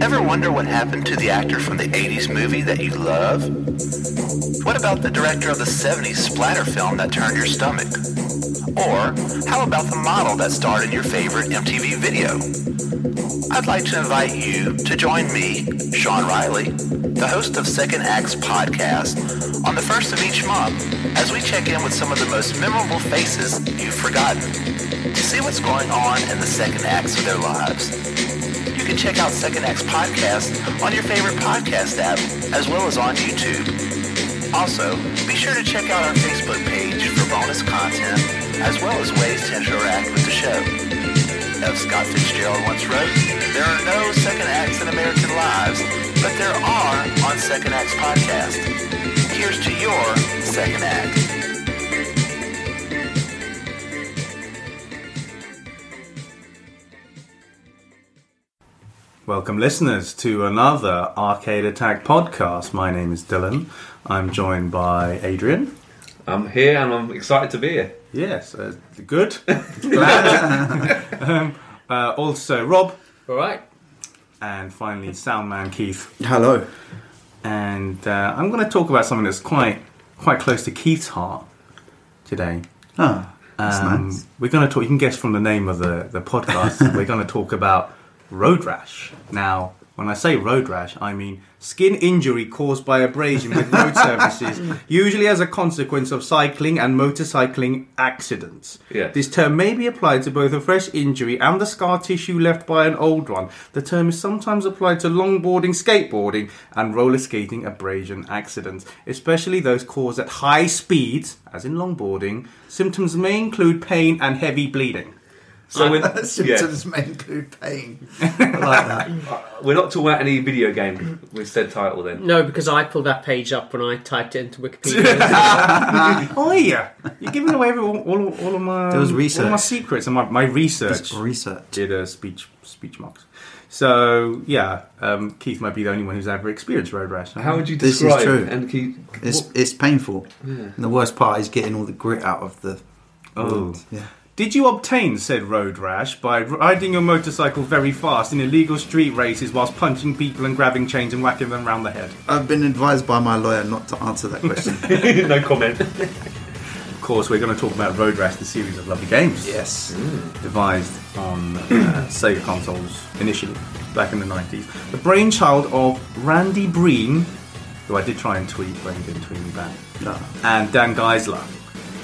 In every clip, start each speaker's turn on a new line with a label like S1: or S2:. S1: Ever wonder what happened to the actor from the 80s movie that you love? What about the director of the 70s splatter film that turned your stomach? Or how about the model that starred in your favorite MTV video? I'd like to invite you to join me, Sean Riley, the host of Second Acts podcast, on the first of each month as we check in with some of the most memorable faces you've forgotten to see what's going on in the second acts of their lives. You can check out Second Acts Podcast on your favorite podcast app, as well as on YouTube. Also, be sure to check out our Facebook page for bonus content, as well as ways to interact with the show. As Scott Fitzgerald once wrote, there are no second acts in American lives, but there are on Second Acts Podcast. Here's to your second act.
S2: Welcome, listeners, to another Arcade Attack podcast. My name is Dylan. I'm joined by Adrian.
S3: I'm here and I'm excited to be here.
S2: Yes, uh, good. Glad. um, uh, also, Rob.
S3: All right.
S2: And finally, Soundman Keith.
S4: Hello.
S2: And uh, I'm going to talk about something that's quite quite close to Keith's heart today.
S4: Ah, that's
S2: Um,
S4: nice.
S2: We're going to talk. You can guess from the name of the the podcast. we're going to talk about road rash. Now, when I say road rash, I mean skin injury caused by abrasion with road surfaces, usually as a consequence of cycling and motorcycling accidents.
S3: Yeah.
S2: This term may be applied to both a fresh injury and the scar tissue left by an old one. The term is sometimes applied to longboarding, skateboarding, and roller skating abrasion accidents, especially those caused at high speeds, as in longboarding. Symptoms may include pain and heavy bleeding.
S3: So we're, yeah,
S4: Symptoms may include pain. I like that.
S3: we're not talking about any video game with said title then.
S5: No, because I pulled that page up when I typed it into Wikipedia.
S2: Oh yeah, you're giving away every- all, all, all of my
S4: There was
S2: all my
S4: research.
S2: secrets and my, my research.
S4: Just research.
S2: did a speech speech marks. So yeah, um, Keith might be the only one who's ever experienced road rash.
S3: How would you
S4: This is
S3: describe
S4: true.
S3: and keep
S4: It's
S3: what-
S4: it's painful. And the worst part is getting all the grit out of the.
S2: Oh.
S4: Yeah.
S2: Did you obtain said road rash by riding your motorcycle very fast in illegal street races whilst punching people and grabbing chains and whacking them round the head?
S4: I've been advised by my lawyer not to answer that question.
S3: no comment.
S2: Of course, we're going to talk about Road Rash, the series of lovely games
S4: yes.
S2: devised on uh, Sega consoles initially back in the 90s. The brainchild of Randy Breen, who I did try and tweet, but he didn't tweet me back.
S4: No.
S2: and Dan Geisler.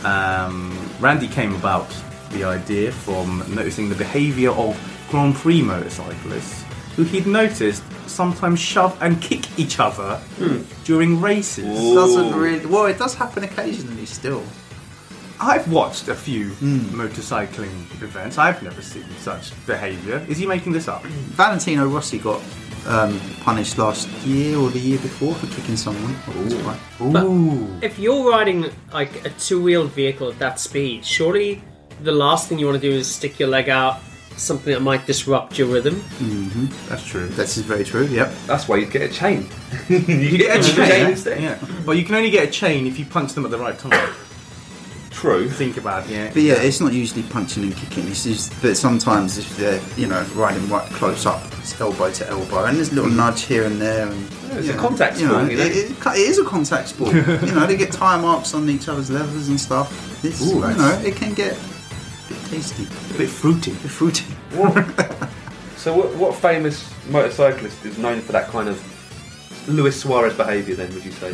S2: Um, Randy came about the idea from noticing the behaviour of Grand Prix motorcyclists, who he'd noticed sometimes shove and kick each other during races.
S3: Ooh.
S4: It doesn't really. Well, it does happen occasionally still.
S2: I've watched a few motorcycling events. I've never seen such behaviour. Is he making this up?
S4: Valentino Rossi got um, punished last year or the year before for kicking someone.
S2: Ooh.
S5: if you're riding like a two-wheeled vehicle at that speed, surely the last thing you want to do is stick your leg out something that might disrupt your rhythm.
S2: That's true.
S4: This is very true. Yep.
S3: That's why you'd get a chain. you get a chain instead.
S2: Yeah. Well, you can only get a chain if you punch them at the right time.
S3: True.
S2: Think about it. Yeah.
S4: But yeah, it's not usually punching and kicking. It's just, but sometimes if they're you know riding right close up, it's elbow to elbow, and there's a little nudge here and there. And,
S3: it's
S4: you
S3: a contact
S4: you
S3: sport,
S4: know,
S3: you know.
S4: It, it- it is a contact sport. you know, they get tire marks on each other's leathers and stuff. It's,
S2: Ooh,
S4: you
S2: nice.
S4: know, it can get a bit tasty,
S2: A bit fruity.
S4: a bit fruity.
S3: So what, what famous motorcyclist is known for that kind of Luis Suarez behaviour then, would you say?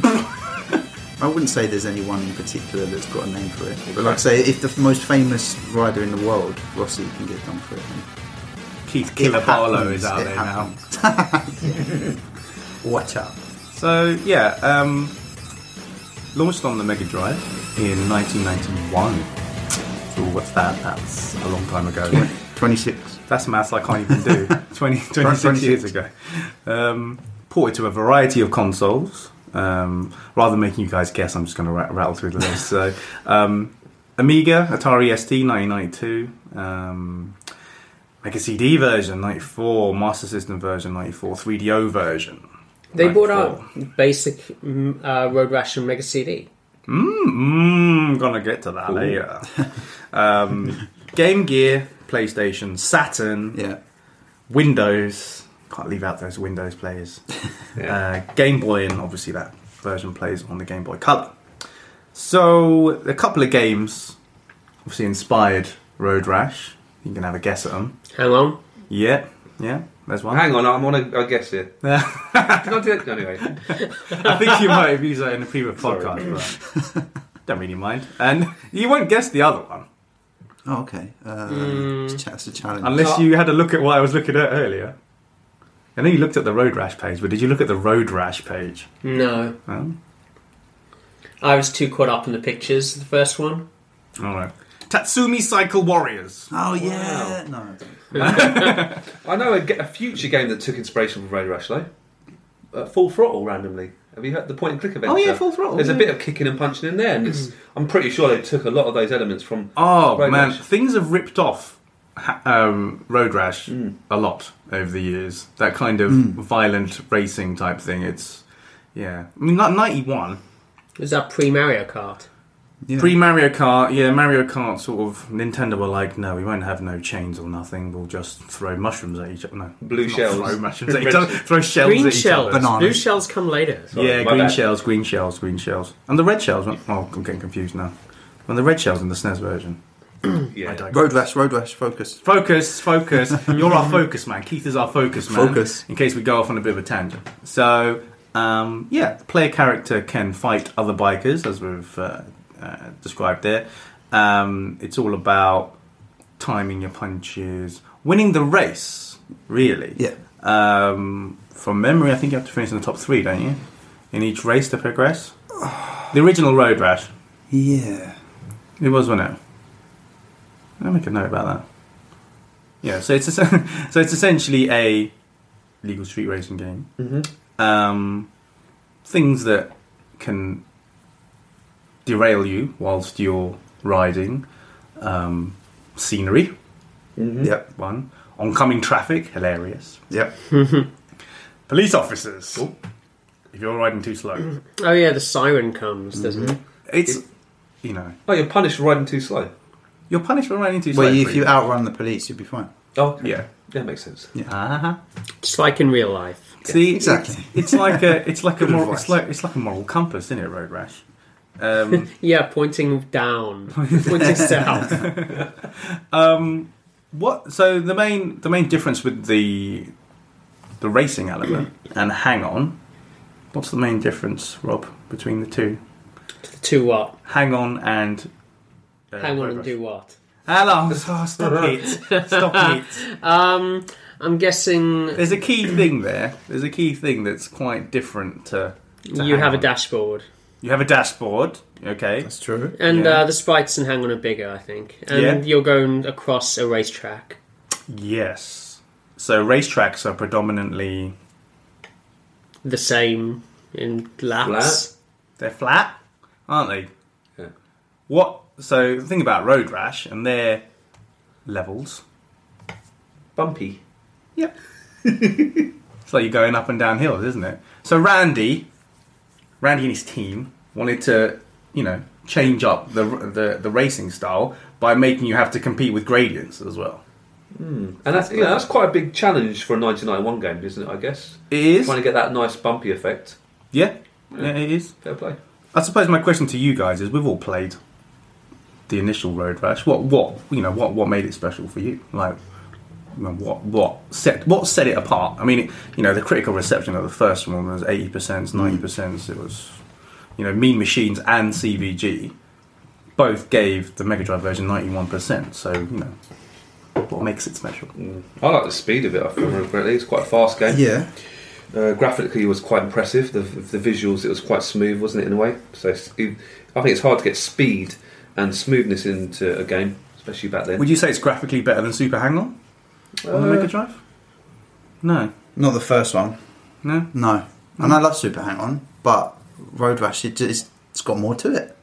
S4: I wouldn't say there's anyone in particular that's got a name for it. But like I say, if the most famous rider in the world, Rossi, can get done for it.
S2: Keith
S4: It
S2: Killer Barlow
S4: happens,
S2: is out
S4: it
S2: there now.
S4: happens. Watch out.
S2: So yeah, um, launched on the Mega Drive in 1991. So what's that? That's a long time ago.
S4: 26.
S2: That's maths I can't even do. 20, 26, years ago. Um, ported to a variety of consoles. Um, rather than making you guys guess, I'm just going to ra- rattle through the list. So, um, Amiga, Atari ST, 1992. Um, Mega CD version, 94. Master System version, 94. 3DO version.
S5: They brought
S2: 94.
S5: out basic mm, uh, Road Rash and Mega CD.
S2: Mm, gonna get to that later. um, Game Gear, PlayStation, Saturn,
S4: Yeah.
S2: Windows. Can't leave out those Windows players. uh, Game Boy, and obviously that version plays on the Game Boy Color. So a couple of games, obviously inspired Road Rash. You can have a guess at them.
S5: Hang on.
S2: Yeah, yeah. There's one.
S3: Hang on, I'm on a, I guess here. Did I do that? Anyway,
S2: I think you might have used that in a previous podcast, but don't really mind. And you won't guess the other one.
S4: Oh, okay. Uh, it's cha- It's a challenge.
S2: Mm. Unless you had a look at what I was looking at earlier. I know you looked at the road rash page, but did you look at the road rash page?
S5: No.
S2: Um,
S5: I was too caught up in the pictures, the first one.
S2: all right. Tatsumi Cycle Warriors.
S4: oh yeah. No.
S3: I know a, ge- a future game that took inspiration from Road Rush though. Uh, Full Throttle randomly. Have you heard the point and click adventure?
S2: Oh, yeah, Full Throttle,
S3: There's
S2: yeah. Mm.
S3: a bit of kicking and punching in there, and it's, I'm pretty sure they took a lot of those elements from.
S2: Oh
S3: Road
S2: man,
S3: Rash.
S2: things have ripped off ha- um, road rash
S3: Hmm.
S2: a lot over the years. That kind of violent racing type thing. It's yeah. I mean, not ninety one.
S5: Is that pre Mario Kart?
S4: Yeah.
S2: Pre Mario Kart, yeah, Mario Kart sort of Nintendo were like, no, we won't have no chains or nothing. We'll just throw mushrooms at each other. No,
S3: Blue
S2: not
S3: shells.
S2: Throw mushrooms at
S3: Red
S2: each other.
S3: shells.
S2: Throw shells
S5: Green
S2: at each
S5: shells.
S2: other.
S4: Bananas.
S5: Blue shells come later.
S3: Sorry,
S2: yeah,
S3: my
S2: green
S3: bad.
S2: shells, green shells, green shells, and the red shells. Oh, I'm getting confused now. And the red shells in the SNES version.
S3: Yeah.
S2: I digress.
S4: Road rash. Road rash. Focus.
S2: Focus, focus. You're our focus man. Keith is our focus man.
S4: Focus.
S2: In case we go off on a bit of a tangent. So, um, yeah, the player character can fight other bikers, as we've uh, uh, described there. Um, it's all about timing your punches, winning the race, really.
S4: Yeah.
S2: Um, from memory, I think you have to finish in the top three, don't you? In each race to progress. The original Road Rash.
S4: Yeah.
S2: It was, wasn't it? I'll make a note about that. Yeah, so it's es- so it's essentially a legal street racing game. Mm-hmm. Um, things that can derail you whilst you're riding. Um, scenery, Hmm?
S4: Yep.
S2: one. Oncoming traffic, hilarious.
S4: Yep.
S2: Police officers. If you're riding too slow,
S5: Oh, yeah, the siren comes, doesn't
S2: Mm-hmm.
S5: it?
S2: it's you know
S3: Oh, you're punished for riding too slow.
S2: you're punished for riding too slow.
S4: Well, you- if
S2: pretty
S4: you outrun the police, you'd be fine.
S3: Oh,
S2: Yeah.
S3: yeah, makes sense.
S2: Uh-huh.
S5: Just like in real life.
S2: See,
S4: exactly.
S2: It's, it's like a, it's like a
S4: Good
S2: moral,
S4: advice.
S2: it's like it's like a moral compass, isn't it, Road Rash? Um,
S5: Yeah, pointing down. pointing south.
S2: what? So the main the main difference with the the racing element and Hang On, what's the main difference, Rob, between the two?
S5: To what?
S2: Hang On and uh,
S5: Hang on
S2: Road
S5: and
S2: Rash.
S5: do what?
S2: Hello, oh, stop it, stop it.
S5: Um, I'm guessing
S2: There's a key thing there. There's a key thing that's quite different to. to
S5: you
S2: Hang
S5: have a
S2: On.
S5: dashboard.
S2: You have a dashboard. Okay.
S4: That's true.
S5: And
S2: Yeah.
S5: uh, the sprites in Hang On are bigger, I think. And
S2: Yeah.
S5: you're going across a racetrack.
S2: Yes. So racetracks are predominantly
S5: The same in laps.
S2: They're flat, aren't they?
S3: Yeah.
S2: What? So the thing about road rash and their levels.
S3: Bumpy.
S2: Yep. it's like you're going up and down hills, isn't it? So Randy, Randy and his team wanted to, you know, change up the the, the racing style by making you have to compete with gradients as well.
S3: And that's, yeah, that's quite a big challenge for a 1991 game, isn't it, I guess?
S2: It is.
S3: Trying to get that nice bumpy effect.
S2: Yeah. Yeah, it is.
S3: Fair play.
S2: I suppose my question to you guys is: We've all played the initial Road Rash. What, what, you know, what, what made it special for you? Like, you know, what, what set, what set it apart? I mean, it, you know, the critical reception of the first one was eighty percent, ninety percent. It was, you know, Mean Machines and CVG both gave the Mega Drive version ninety-one percent. So, you know, what makes it special?
S3: I like the speed of it, if I remember correctly. It's quite a fast game.
S4: Yeah.
S3: Uh, graphically, it was quite impressive. The, the visuals, it was quite smooth, wasn't it, in a way? So it's- it, I think it's hard to get speed and smoothness into a game, especially back then.
S2: Would you say it's graphically better than Super Hang On? On the Mega Drive? No.
S4: Not the first one. Hmm.
S2: No?
S4: No. And I love Super Hang On, but Road Rash, it just, it's got more to it.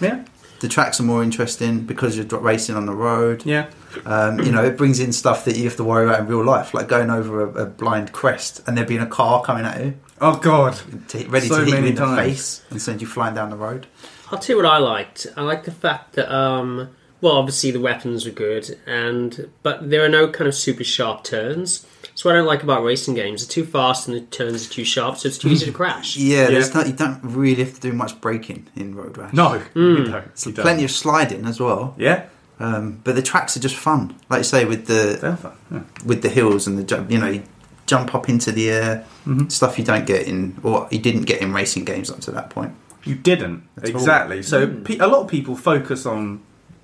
S2: Yeah?
S4: The tracks are more interesting because you're dr- racing on the road.
S2: Yeah.
S4: Um, you know, it brings in stuff that you have to worry about in real life, like going over a, a blind crest and there being a car coming at you,
S2: Oh, God.
S4: to, ready
S2: So
S4: to hit you
S2: many
S4: in the
S2: times.
S4: face and send you flying down the road.
S5: I'll tell you what I liked. I liked the fact that, um, well, obviously the weapons were good, and but there are no kind of super sharp turns. That's what I don't like about racing games. They're too fast and the turns are too sharp, so it's too easy to crash.
S4: Yeah, There's
S2: Yeah.
S4: not, you don't really have to do much braking in Road Rash.
S2: No. You don't.
S4: So
S2: You don't.
S4: plenty of sliding as well.
S2: Hmm. Yeah?
S4: Um, but the tracks are just fun. Like you say, with the
S2: They're fun. Yeah.
S4: with the hills and the jump, you know, you jump up into the air,
S2: Mm-hmm.
S4: stuff you don't get in, or you didn't get in racing games up to that point.
S2: You didn't.
S4: At all.
S2: exactly. So pe- a lot of people focus on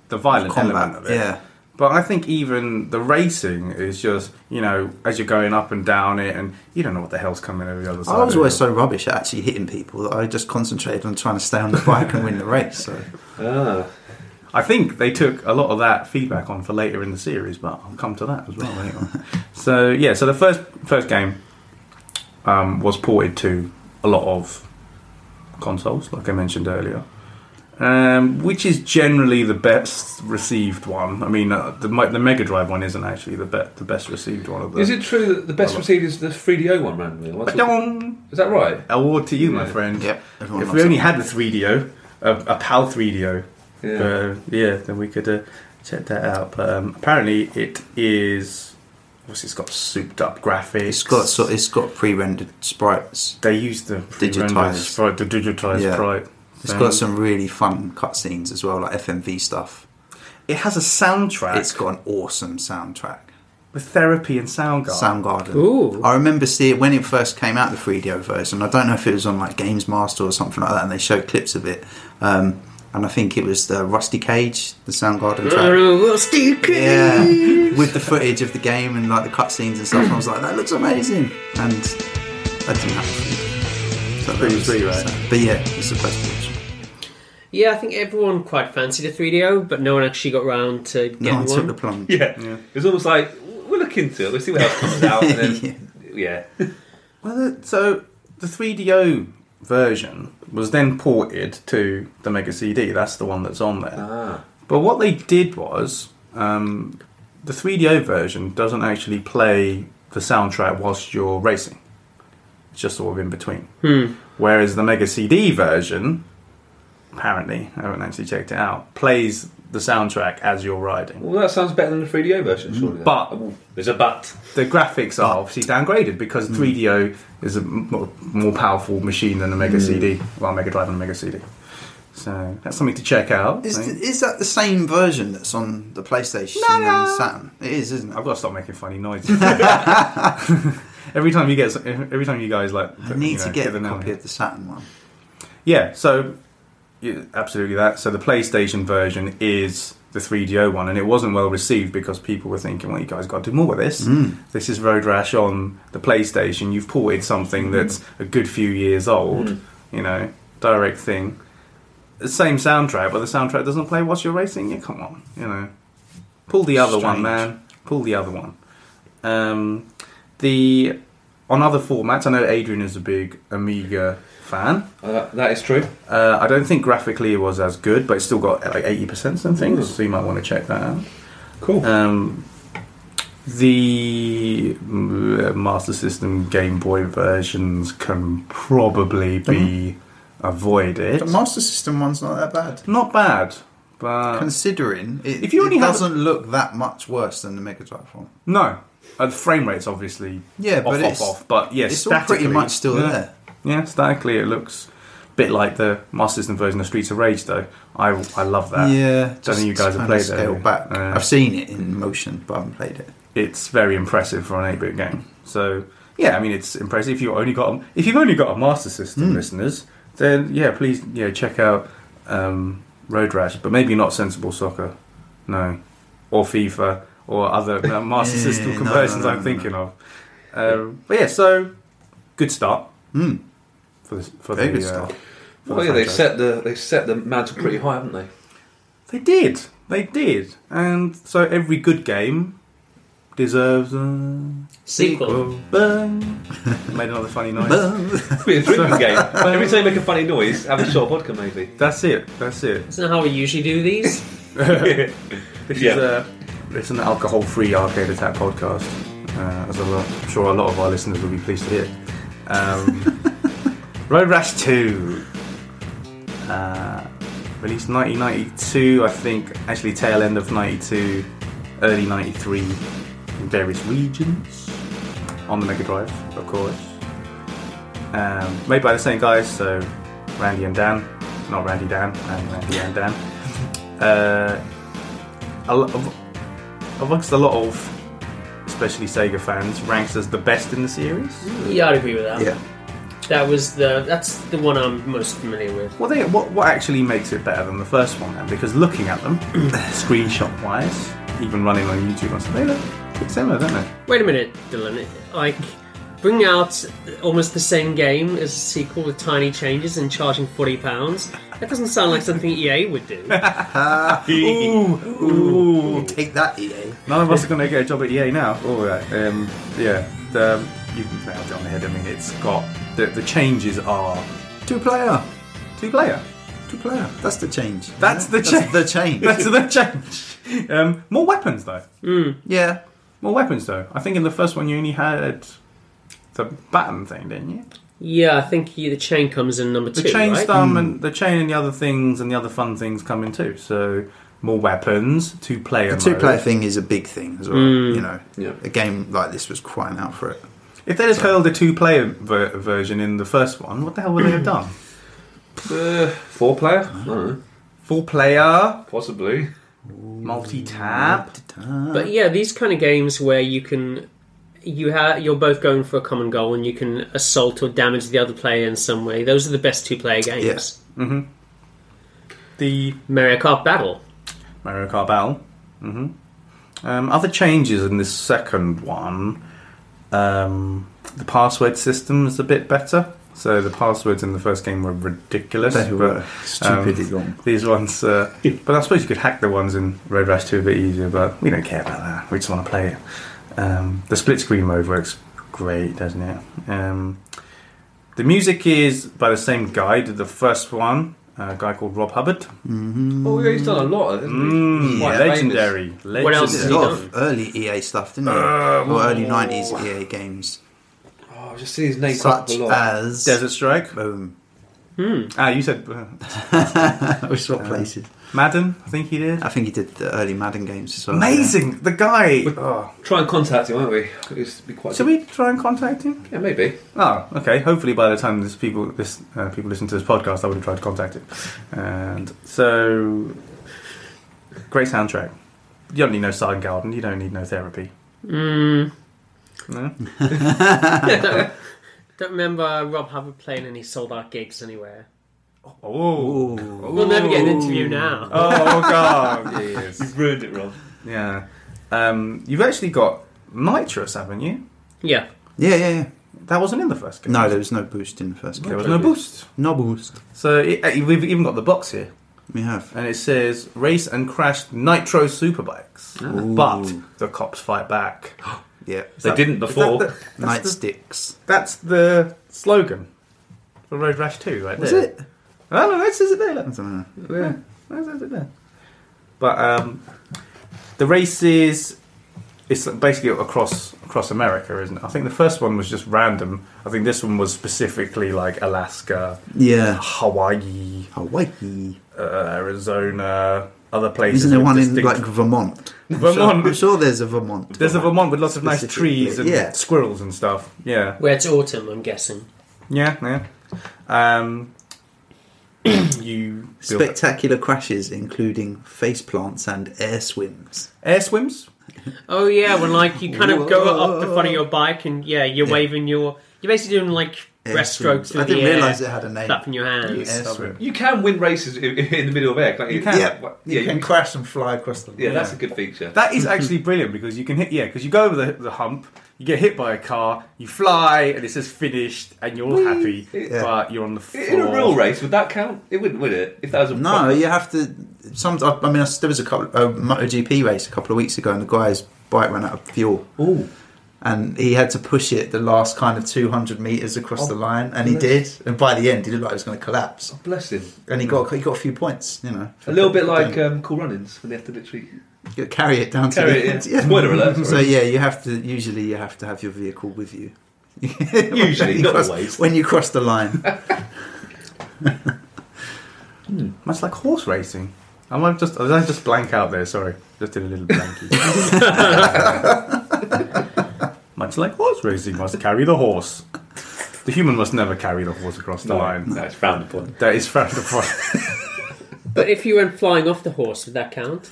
S2: the violent element
S4: Combat,
S2: of it.
S4: yeah.
S2: But I think even the racing is just, you know, as you're going up and down it, and you don't know what the hell's coming over the other side.
S4: I was
S2: of
S4: always
S2: it.
S4: so rubbish at actually hitting people that I just concentrated on trying to stay on the bike and win the race. So
S3: Ah.
S2: I think they took a lot of that feedback on for later in the series, but I'll come to that as well later on. So yeah, so the first first game um, was ported to a lot of consoles, like I mentioned earlier, um, which is generally the best received one. I mean, uh, the Mi- the Mega Drive one isn't actually the be- the best received one of the.
S3: Is it true that the best
S2: Well,
S3: received is the 3DO one randomly? What's it-
S2: Ba-dong!
S3: Is that right?
S2: Award to you, my
S3: Yeah.
S2: friend.
S4: Yep, everyone
S2: If
S4: loves
S2: we only
S4: it.
S2: had the 3DO, a, a PAL 3DO,
S3: Yeah.
S2: Uh, yeah, then we could uh, check that out. But um, apparently, it is. Obviously, it's got souped up graphics.
S4: it's got so it's got pre-rendered sprites.
S2: They use the pre-rendered
S4: Digitised.
S2: sprite, the digitized
S4: Yeah.
S2: sprite.
S4: It's
S2: thing.
S4: got some really fun cutscenes as well, like FMV stuff.
S2: It has a soundtrack.
S4: It's got an awesome soundtrack.
S2: with therapy and sound guard.
S4: Soundgarden.
S5: Ooh.
S4: I remember seeing when it first came out, the 3DO version. I don't know if it was on like Games Master or something like that, and they showed clips of it. Um, and I think it was the Rusty Cage, the Soundgarden track. Yeah, with the footage of the game and like the cutscenes and stuff. And I was like, that looks amazing. And that didn't happen. So that
S2: Pretty
S4: was-
S2: sweet, right?
S4: so- but yeah, it's the first version.
S5: Yeah, I think everyone quite fancied a 3DO, but no one actually got round to
S4: No
S5: getting
S4: one Oh, took
S5: one.
S4: the plunge.
S3: Yeah. It's almost like we'll look into it. We'll see what else comes out. And then, yeah.
S2: Well, the- so the 3DO version was then ported to the Mega CD. That's the one that's on there. But what they did was um, the 3DO version doesn't actually play the soundtrack whilst you're racing. It's just sort of in between. Whereas the Mega CD version, apparently, I haven't actually checked it out, plays the soundtrack as you're riding.
S3: Well, that sounds better than the 3DO version, surely. then.
S2: But-
S3: Ooh, there's a but.
S2: The graphics
S4: Ah.
S2: are obviously downgraded
S4: Hmm.
S2: because 3DO is a m- more more powerful machine than the
S4: Hmm.
S2: Mega CD, well, Mega Drive and the Mega CD. So that's something to check out. eh?
S4: Is,
S2: I think.
S4: is that the same version that's on the PlayStation and Saturn? It is, isn't it?
S2: I've got to stop making funny noises. every time you get, every time you guys like,
S4: I need
S2: you know,
S4: to get
S2: the
S4: a copy
S2: name.
S4: of the Saturn one.
S2: Yeah, so yeah, absolutely that. So the PlayStation version is the 3DO one, and it wasn't well received because people were thinking, "Well, you guys got to do more with this. This is Road Rash on the PlayStation. You've ported something that's a good few years old. You know, direct thing. The same soundtrack, but the soundtrack doesn't play whilst you're racing. Yeah, come on, you know, pull the other one,
S4: Strange.
S2: man. Pull the other one. Um, the on other formats, I know Adrian is a big Amiga fan.
S3: Uh, that is true.
S2: Uh, I don't think graphically it was as good, but it's still got like eighty percent and
S4: Hmm.
S2: things, so you might want to check that out.
S3: Cool.
S2: Um, the mm, uh, Master System Game Boy versions can probably be
S4: Hmm.
S2: avoided.
S4: The Master System one's not that bad.
S2: Not bad, but
S4: Considering it,
S2: If you only
S4: it
S2: have-
S4: doesn't look that much worse than the Mega Drive one.
S2: no. Uh, the frame rate's obviously
S4: Yeah,
S2: off,
S4: but
S2: off,
S4: it's-
S2: off. But yes,
S4: it's all pretty much still
S2: yeah,
S4: there.
S2: Yeah, statically it looks a bit like the Master System version of Streets of Rage, though. I I love that.
S4: yeah,
S2: Uh, don't think you guys have
S4: kinda
S2: played it.
S4: scale
S2: have you?
S4: back.
S2: Uh,
S4: I've seen it in motion, but I haven't played it.
S2: it's very impressive for an 8-bit game. So yeah, I mean it's impressive if you only got a, if you've only got a Master System,
S4: Hmm.
S2: listeners, then yeah, please yeah check out um, Road Rash, but maybe not Sensible Soccer, no, or FIFA or other uh, Master
S4: Yeah,
S2: System
S4: no,
S2: conversions
S4: no, no,
S2: I'm
S4: no,
S2: thinking of. Um, but yeah, so good start
S4: Hmm.
S2: for this for
S4: Very
S2: the
S4: good
S2: uh,
S4: start.
S2: for
S3: Well,
S2: the
S3: yeah, they
S2: franchise.
S3: set the they set the mantle pretty high, haven't they?
S2: They did. They did. And so every good game deserves a
S5: Sequel.
S2: burn. Made another funny noise.
S4: Boom.
S3: It's be a drinking game. Every time you make a funny noise, have a shot of vodka, maybe.
S2: That's it. That's it.
S5: Isn't that how we usually do these?
S3: yeah.
S2: This
S3: Yeah.
S2: is a, it's an alcohol-free arcade attack podcast, uh, as a lot, I'm sure a lot of our listeners will be pleased to hear. Um, Road Rash Two, uh, released 1992, I think. Actually, tail end of '92, early '93, in various regions on the Mega Drive, of course. Um, made by the same guys, so Randy and Dan, not Randy Dan, and Randy and Dan. Uh, a lot of, amongst a lot of, especially Sega fans, ranks as the best in the series.
S5: Yeah, I'd agree with that.
S4: Yeah.
S5: That was the that's the one I'm most familiar with.
S2: Well, they, what, what actually makes it better than the first one then? Because looking at them, screenshot wise, even running on YouTube, I said, they look pretty similar, don't they?
S5: Wait a minute, Dylan. Like, bring out almost the same game as a sequel with tiny changes and charging forty pounds. That doesn't sound like something EA would do.
S2: Ooh, ooh.
S4: Take that, EA.
S2: None of us are going to get a job at EA now. All right. Um, yeah. The, you nailed it on the head. I mean, it's got the, the changes are
S4: Two player.
S2: two player.
S4: Two player. That's the change.
S2: That's the
S4: That's
S2: change.
S4: the change.
S2: That's the change. Um, more weapons though.
S5: Hmm.
S4: yeah.
S2: More weapons though. I think in the first one you only had the baton thing, didn't you?
S5: yeah, I think he, the chain comes in number
S2: The
S5: two,
S2: chain
S5: right?
S2: thumb
S4: Hmm.
S2: and the chain and the other things and the other fun things come in too. So more weapons, two player.
S4: The two
S2: mode.
S4: player thing is a big thing as well.
S2: Mm.
S4: You know,
S3: Yeah.
S4: a game like this was crying out for it.
S2: If they'd have held a two player ver- version in the first one, what the hell would they have done?
S3: Uh, four player? I don't know.
S2: Four player,
S3: Possibly.
S2: multi tab.
S4: Uh-huh.
S5: But yeah, these kind of games where you can you ha- you're both going for a common goal and you can assault or damage the other player in some way. Those are the best two player games.
S4: Yes.
S2: The
S5: Mario Kart Battle.
S2: Mario Kart Battle. hmm Um, other changes in this second one, um, the password system is a bit better. So the passwords in the first game were ridiculous.
S4: They
S2: but,
S4: were stupidly
S2: um,
S4: wrong.
S2: These ones, uh, but I suppose you could hack the ones in Road Rash 2 a bit easier, but we don't care about that. We just want to play it. Um, the split screen mode works great, doesn't it? Um, the music is by the same guy, did the first one, a guy called Rob Hubbard.
S3: Oh, yeah, he's done a lot, hasn't he?
S2: Mm,
S3: He's quite famous.
S2: legendary. legendary.
S5: What else
S4: There's
S5: has
S4: a
S5: he
S4: lot
S5: done?
S4: of early EA stuff, didn't there?
S2: Um,
S4: or early 90s EA games.
S3: Oh, I've just seen his name pop up
S4: Such
S3: a lot.
S4: as.
S2: Desert Strike.
S4: Boom.
S2: Ah, you said uh,
S4: We swap places.
S2: Madden. I think he did.
S4: Uh, I think he did the early Madden games as well.
S2: Amazing. The guy. Oh.
S3: Try and contact him, won't we? It's be quite
S2: Should we try and contact him?
S3: Yeah, maybe.
S2: Oh, okay. Hopefully, by the time this people this uh, people listen to this podcast, I would have tried to contact him. And so, great soundtrack. You don't need no Soundgarden. You don't need no therapy.
S5: Mm,
S2: No.
S5: don't, don't remember Rob Hubbard playing any sold out gigs anywhere.
S2: Oh.
S4: Ooh.
S5: We'll never get an interview now.
S2: Oh God. yes.
S3: You've ruined it, Rob.
S2: Yeah. Um, you've actually got nitrous, haven't you?
S5: Yeah.
S4: Yeah, yeah, yeah.
S2: That wasn't in the first game.
S4: No, there was no boost in the first
S2: There
S4: game.
S2: was no boost.
S4: No boost.
S2: So it, uh, we've even got the box here.
S4: We have.
S2: and it says race and crashed nitro superbikes, but
S4: Ooh.
S2: the cops fight back.
S4: Yeah.
S3: They didn't
S2: Is Ah. that
S3: before.
S2: the- that's, the,
S4: Nightsticks.
S2: that's the slogan for Road Rash Two, right
S4: Was
S2: there.
S4: it?
S2: Oh no, that says it there.
S4: I
S2: Look.
S4: don't know.
S2: Yeah, that says it there. But um, the race is it's basically across across America, isn't it? I think the first one was just random. I think this one was specifically like Alaska,
S4: Yeah.
S2: Hawaii,
S4: Hawaii.
S2: uh, Arizona, other places.
S4: Isn't there
S2: with
S4: one in
S2: distinct-
S4: like Vermont?
S2: Vermont?
S4: I'm sure there's a Vermont.
S2: There's a Vermont with lots of nice
S4: Specifically,
S2: trees and
S4: yeah.
S2: squirrels and stuff. Yeah,
S5: Where it's autumn, I'm guessing.
S2: yeah, yeah. Um, you build
S4: Spectacular crashes, including face plants and air swims.
S2: air swims.
S5: Oh yeah, when like you kind of go up the front of your bike and yeah, you're waving your you're basically doing like
S4: Air
S5: breaststroke
S4: swims.
S5: through
S4: I didn't
S5: the air,
S4: realise it had a name.
S5: clapping your hands.
S4: Air swim.
S3: You can win races i- i- in the middle of air, can't you?
S2: You can.
S4: Yeah,
S3: What- Yeah, you can.
S4: crash and fly across them.
S3: yeah, that's a good feature.
S2: That is actually brilliant because you can hit. Yeah, because you go over the, the hump, you get hit by a car, you fly, and it says finished, and you're all happy,
S4: Yeah.
S2: but you're on the floor.
S3: in a real race, would that count? It wouldn't, would it? If that was a
S4: No,
S3: proper-
S4: you have to. Some, I mean, I- there was a couple a MotoGP race a couple of weeks ago, and the guys bike ran out of fuel.
S3: Ooh.
S4: And he had to push it the last kind of 200 meters across
S3: Oh,
S4: the line, and he did. And by the end, he looked like he was going to collapse.
S3: Bless him.
S4: And he got he got a few points, you know.
S3: A little bit like um, Cool Runnings when they have to literally
S4: You carry it down to
S3: carry
S4: the
S3: it. In. Spoiler alert.
S4: So
S3: sorry.
S4: yeah, you have to. Usually, you have to have your vehicle with you.
S3: Usually,
S4: You
S3: not
S4: cross-
S3: always.
S4: When you cross the line,
S2: Much like horse racing. I might just, I just blank out there, sorry. Just did a little blankie. Much like horse racing, must carry the horse. The human must never carry the horse across the line.
S3: No, it's frowned upon.
S2: That is fair upon.
S5: But if you went flying off the horse, would that count?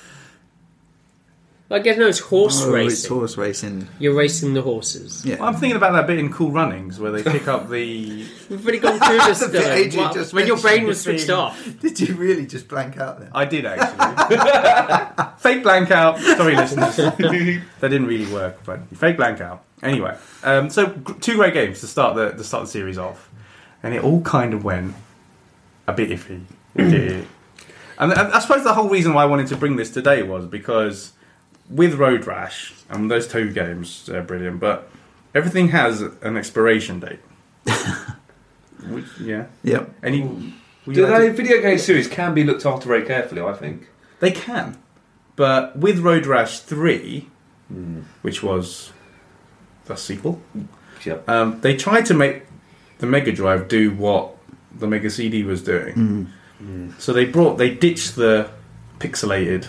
S5: I guess no, it's horse
S4: Oh,
S5: racing.
S4: it's horse racing.
S5: You're racing the horses.
S4: Yeah.
S2: Well, I'm thinking about that bit in Cool Runnings where they pick up the.
S5: We've already gone through this
S4: The
S5: though.
S4: page you
S5: Wow.
S4: just
S5: when your brain was
S2: mentioned.
S5: switched off.
S4: Did you really just blank out there?
S2: I did actually. fake blank out. Sorry, listeners. that didn't really work, but fake blank out. Anyway, um, so g- two great games to start the to start the series off, and it all kind of went a bit iffy. It did. and and I suppose the whole reason why I wanted to bring this today was because with Road Rash and those two games, they're brilliant, but everything has an expiration date. Which, yeah,
S4: Yep.
S2: and you, well, you
S3: Do
S2: had to-
S3: they video game series can be looked after very carefully? I think.
S2: they can. But with Road Rash 3, which was the sequel,
S3: Yeah.
S2: um, they tried to make the Mega Drive do what the Mega CD was doing.
S4: Mm.
S2: So they brought, they ditched the pixelated,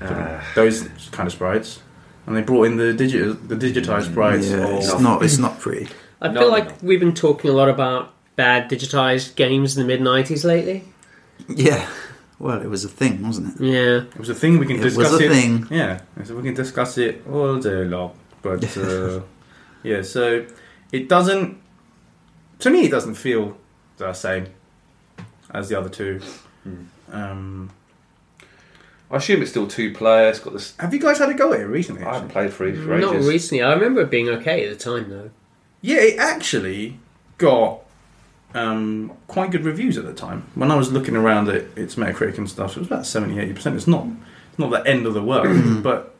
S3: Ah.
S2: those kind of sprites, and they brought in the, digi- the digitized sprites.
S4: Yeah,
S2: of-
S4: it's not. It's not pretty.
S5: I
S3: No,
S5: feel
S3: no,
S5: like
S3: no.
S5: we've been talking a lot about bad digitized games in the mid '90s lately.
S4: Yeah. Well, it was a thing, wasn't it?
S5: Yeah,
S2: It was a thing we can
S4: It was
S2: discuss
S4: a
S2: it.
S4: thing.
S2: Yeah, so we can discuss it all day long. But uh, yeah, so it doesn't. To me, it doesn't feel the same as the other two. Um,
S3: I assume it's still two player. It's got this.
S2: have you guys had a go at it recently?
S3: I haven't
S2: actually?
S3: played three for
S5: not
S3: ages.
S5: recently. I remember it being okay at the time though.
S2: Yeah, it actually got um, quite good reviews at the time. When I was looking around at its Metacritic and stuff, it was about 70 80%. It's not, it's not the end of the world, but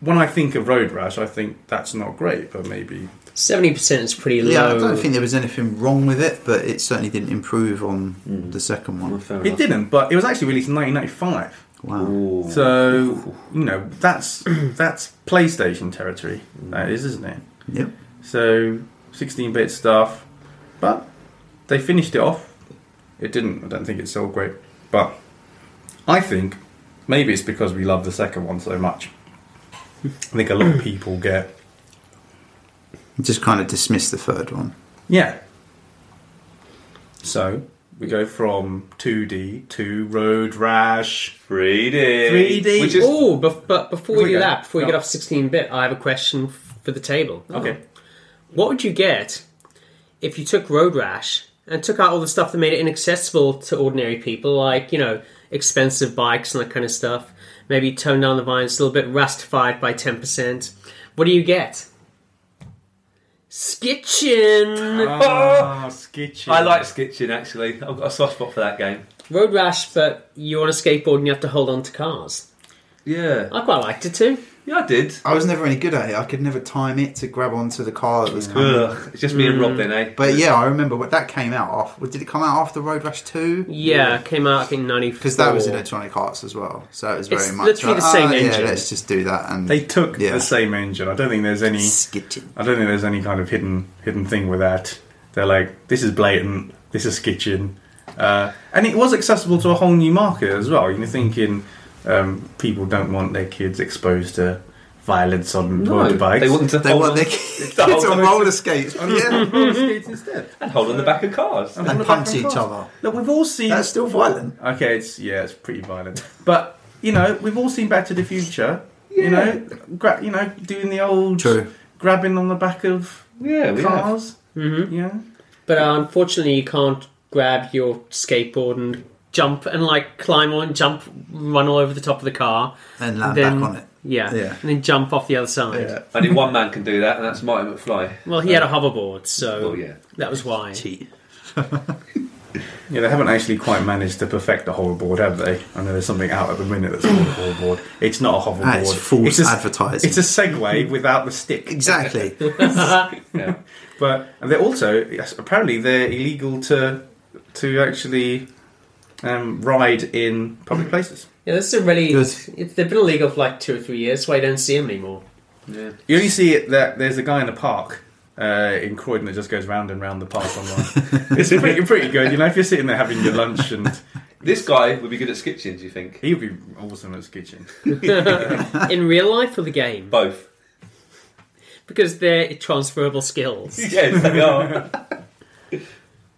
S2: when I think of Road Rash, I think that's not great, but maybe
S5: Seventy percent is pretty low.
S4: Yeah, I don't think there was anything wrong with it, but it certainly didn't improve on
S3: Mm.
S4: the second
S3: Well,
S4: one.
S3: fair
S2: It
S3: enough.
S2: didn't, but it was actually released in 1995.
S4: Wow.
S3: Ooh.
S2: So you know that's that's PlayStation territory. That is, isn't it?
S4: Yep.
S2: So 16-bit stuff, but they finished it off. It didn't. I don't think it sold great, but I think maybe it's because we love the second one so much. I think a lot of people get
S4: Just kind of dismissed the third one.
S2: yeah. So we go from 2D to Road Rash.
S3: 3D.
S2: 3D.
S3: Which is
S5: oh, but, but before we
S2: we
S5: do
S2: go-
S5: that, before we
S2: no.
S5: get off 16 bit, I have a question f- for the table.
S2: Okay.
S5: What would you get if you took Road Rash and took out all the stuff that made it inaccessible to ordinary people, like, you know, expensive bikes and that kind of stuff? Maybe tone down the violence a little bit, rastified by 10%. What do you get? Skitchin!
S2: Ah, skitchy.
S3: I like Skitchin actually. I've got a soft spot for that game.
S5: Road Rash, but you're on a skateboard and you have to hold on to cars.
S3: Yeah.
S5: I quite liked it too.
S3: Yeah, I did.
S4: I was never any good at it. I could never time it to grab onto the car that was coming.
S3: Ugh. It's just me and Rob then, eh?
S4: But yeah, I remember what that came out off. Did it come out after Road Rash Two?
S5: Yeah, came out, I think, 94.
S4: Because that was Electronic Arts as well, so it was very
S5: It's
S4: much
S5: literally
S4: like,
S5: the same
S4: "Ah,
S5: engine."
S4: Yeah, let's just do that and
S2: They took
S4: Yeah.
S2: the same engine. I don't think there's any.
S4: skitching.
S2: I don't think there's any kind of hidden hidden thing with that. They're like, this is blatant. This is skitching, uh, and it was accessible to a whole new market as well. You're thinking um, people don't want their kids exposed to violence on road bikes.
S3: They wanted to
S4: They
S3: hold
S4: want
S3: on-
S4: their
S3: the whole
S4: kids on
S3: thing.
S4: roller skates. Yeah.
S2: roller skates instead
S3: and hold on the back of cars.
S4: And punch each other.
S2: Look, we've all seen
S4: That's still violent.
S2: Okay, it's yeah, it's pretty violent. But you know, we've all seen Back to the Future. You know, gra- you know, doing the old
S4: True.
S2: grabbing on the back of
S3: Yeah, we have.
S2: cars. Yeah,
S5: But uh, unfortunately, you can't grab your skateboard and jump and like climb on, jump, run all over the top of the car.
S4: And land
S5: then,
S4: back on it.
S5: Yeah,
S4: Yeah.
S5: And then jump off the other side.
S4: Yeah.
S3: Only one man can do that, and that's Marty McFly.
S5: Well, he had a hoverboard, so
S3: Oh yeah.
S5: that was why.
S4: Cheat.
S2: Yeah, they haven't actually quite managed to perfect the hoverboard, have they? I know there's something out at the minute that's called a hoverboard. Ah, It's not a hoverboard.
S4: That is false
S2: a,
S4: advertising.
S2: It's a Segway without the stick.
S4: Exactly.
S2: Yeah. But and they're also yes, apparently they're illegal to to actually um, ride in public places.
S5: Yeah, this is a really.
S4: Good.
S5: It's, they've been illegal for like two or three years, so I don't see them anymore.
S3: Yeah.
S2: You only see it that there's a guy in a park. Uh, in Croydon, that just goes round and round the park online. it's pretty, pretty good, you know. If you're sitting there having your lunch, and
S3: This guy would be good at skitching, do you think?
S2: he would be awesome at his kitchen.
S5: In real life or the game?
S3: Both.
S5: Because they're transferable skills.
S3: yes, they are.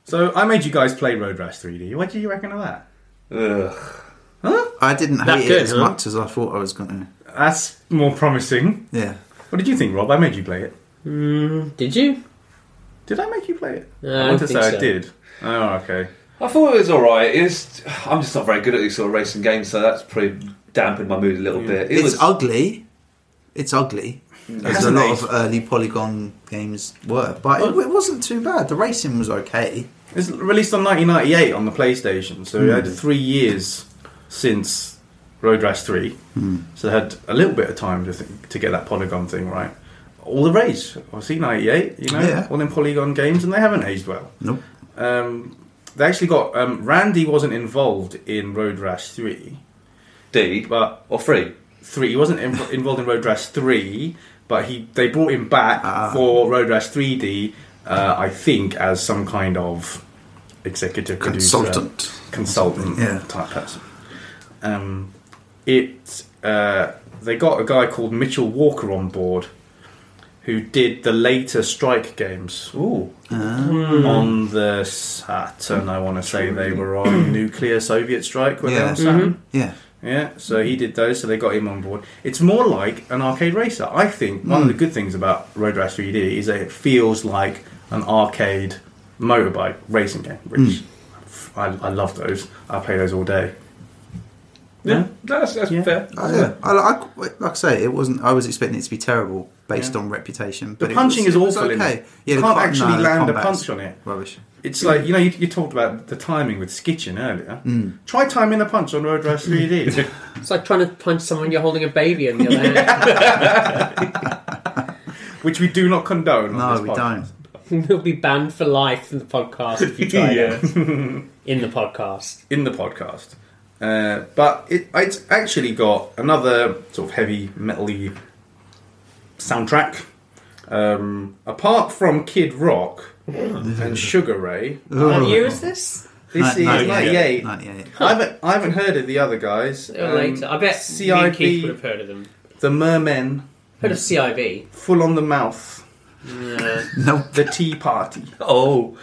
S2: So I made you guys play Road Rash 3D. What do you reckon of that?
S3: Ugh.
S4: I didn't
S5: That
S4: hate
S5: good,
S4: it as
S5: huh?
S4: much as I thought I was going to.
S2: That's more promising.
S4: Yeah.
S2: What did you think, Rob? I made you play it.
S5: Mm, did you?
S2: Did I make you play it?
S5: No, I
S2: want
S5: don't
S2: to
S5: think
S2: say I
S5: so.
S2: did. Oh, okay.
S3: I thought it was alright. It's I'm just not very good at these sort of racing games, so that's probably dampened my mood a little bit. It
S4: it's
S3: was
S4: ugly. It's ugly. As a
S2: Mm. Hasn't
S4: lot
S2: aged.
S4: of early polygon games were, but it, it wasn't too bad. The racing was okay.
S2: It was released on 1998 on the PlayStation, so it
S4: Hmm.
S2: had three years since Road Rash 3.
S4: Hmm.
S2: So they had a little bit of time to think, to get that Polygon thing right. All the rage. I see 98, you know,
S4: Yeah.
S2: all in Polygon games, and they haven't aged well.
S4: Nope.
S2: Um, they actually got um, Randy wasn't involved in Road Rash 3,
S3: D
S2: but
S3: or free.
S2: three. He wasn't in, involved in Road Rash three, but he they brought him back
S4: Ah.
S2: for Road Rash three D. Uh, I think as some kind of executive producer,
S4: Consultant.
S2: consultant
S4: Yeah.
S2: type person. Um, it uh, they got a guy called Mitchell Walker on board, who did the later Strike games. Ooh.
S4: Ah.
S2: On the Saturn, I want to say they were on Nuclear Soviet Strike. Were they
S4: Yeah.
S2: on Saturn?
S4: Yeah.
S2: Yeah, so he did those, so they got him on board. It's more like an arcade racer. I think one of
S4: Hmm.
S2: the good things about Road Rash 3D is that it feels like an arcade motorbike racing game, which
S4: Hmm.
S2: I, I love those. I play those all day. Yeah.
S3: That's, that's
S2: Oh, Yeah.
S3: fair.
S4: I, yeah. I, like- like I say, it wasn't. I was expecting it to be terrible based on reputation. But
S2: The
S4: it
S2: punching
S4: was-
S2: is
S4: it was
S2: awful in
S4: Okay.
S2: it.
S4: Yeah,
S2: You
S4: the
S2: can't
S4: com-
S2: actually
S4: no, the
S2: land a
S4: combat's
S2: punch on it.
S4: Rubbish.
S2: It's like, you know, you, you talked about the timing with Skitchin earlier.
S4: Hmm.
S2: Try timing a punch on Road Rash 3D.
S5: It's like trying to punch someone you're holding a baby in the other
S2: which we do not condone. on
S4: No,
S2: this
S4: we
S2: podcast.
S4: don't.
S5: hand. You'll be banned for life from the podcast if you try
S3: Yeah.
S5: that. In the podcast.
S2: in the podcast. Uh, but it, it's actually got another sort of heavy metally soundtrack. Um, apart from Kid Rock and Sugar Ray,
S5: What year is this?
S2: this
S4: Ni-
S2: is
S4: 98.
S2: 98.
S4: 98.
S2: I haven't, I haven't heard of the other guys.
S5: Or
S2: Um,
S5: later. I bet CIB... me and Keith would have
S2: CIB,
S5: heard of them.
S2: The Mermen,
S5: Heard of CIB.
S2: Full on the Mouth,
S5: Yeah.
S4: Nope.
S2: The Tea Party.
S3: Oh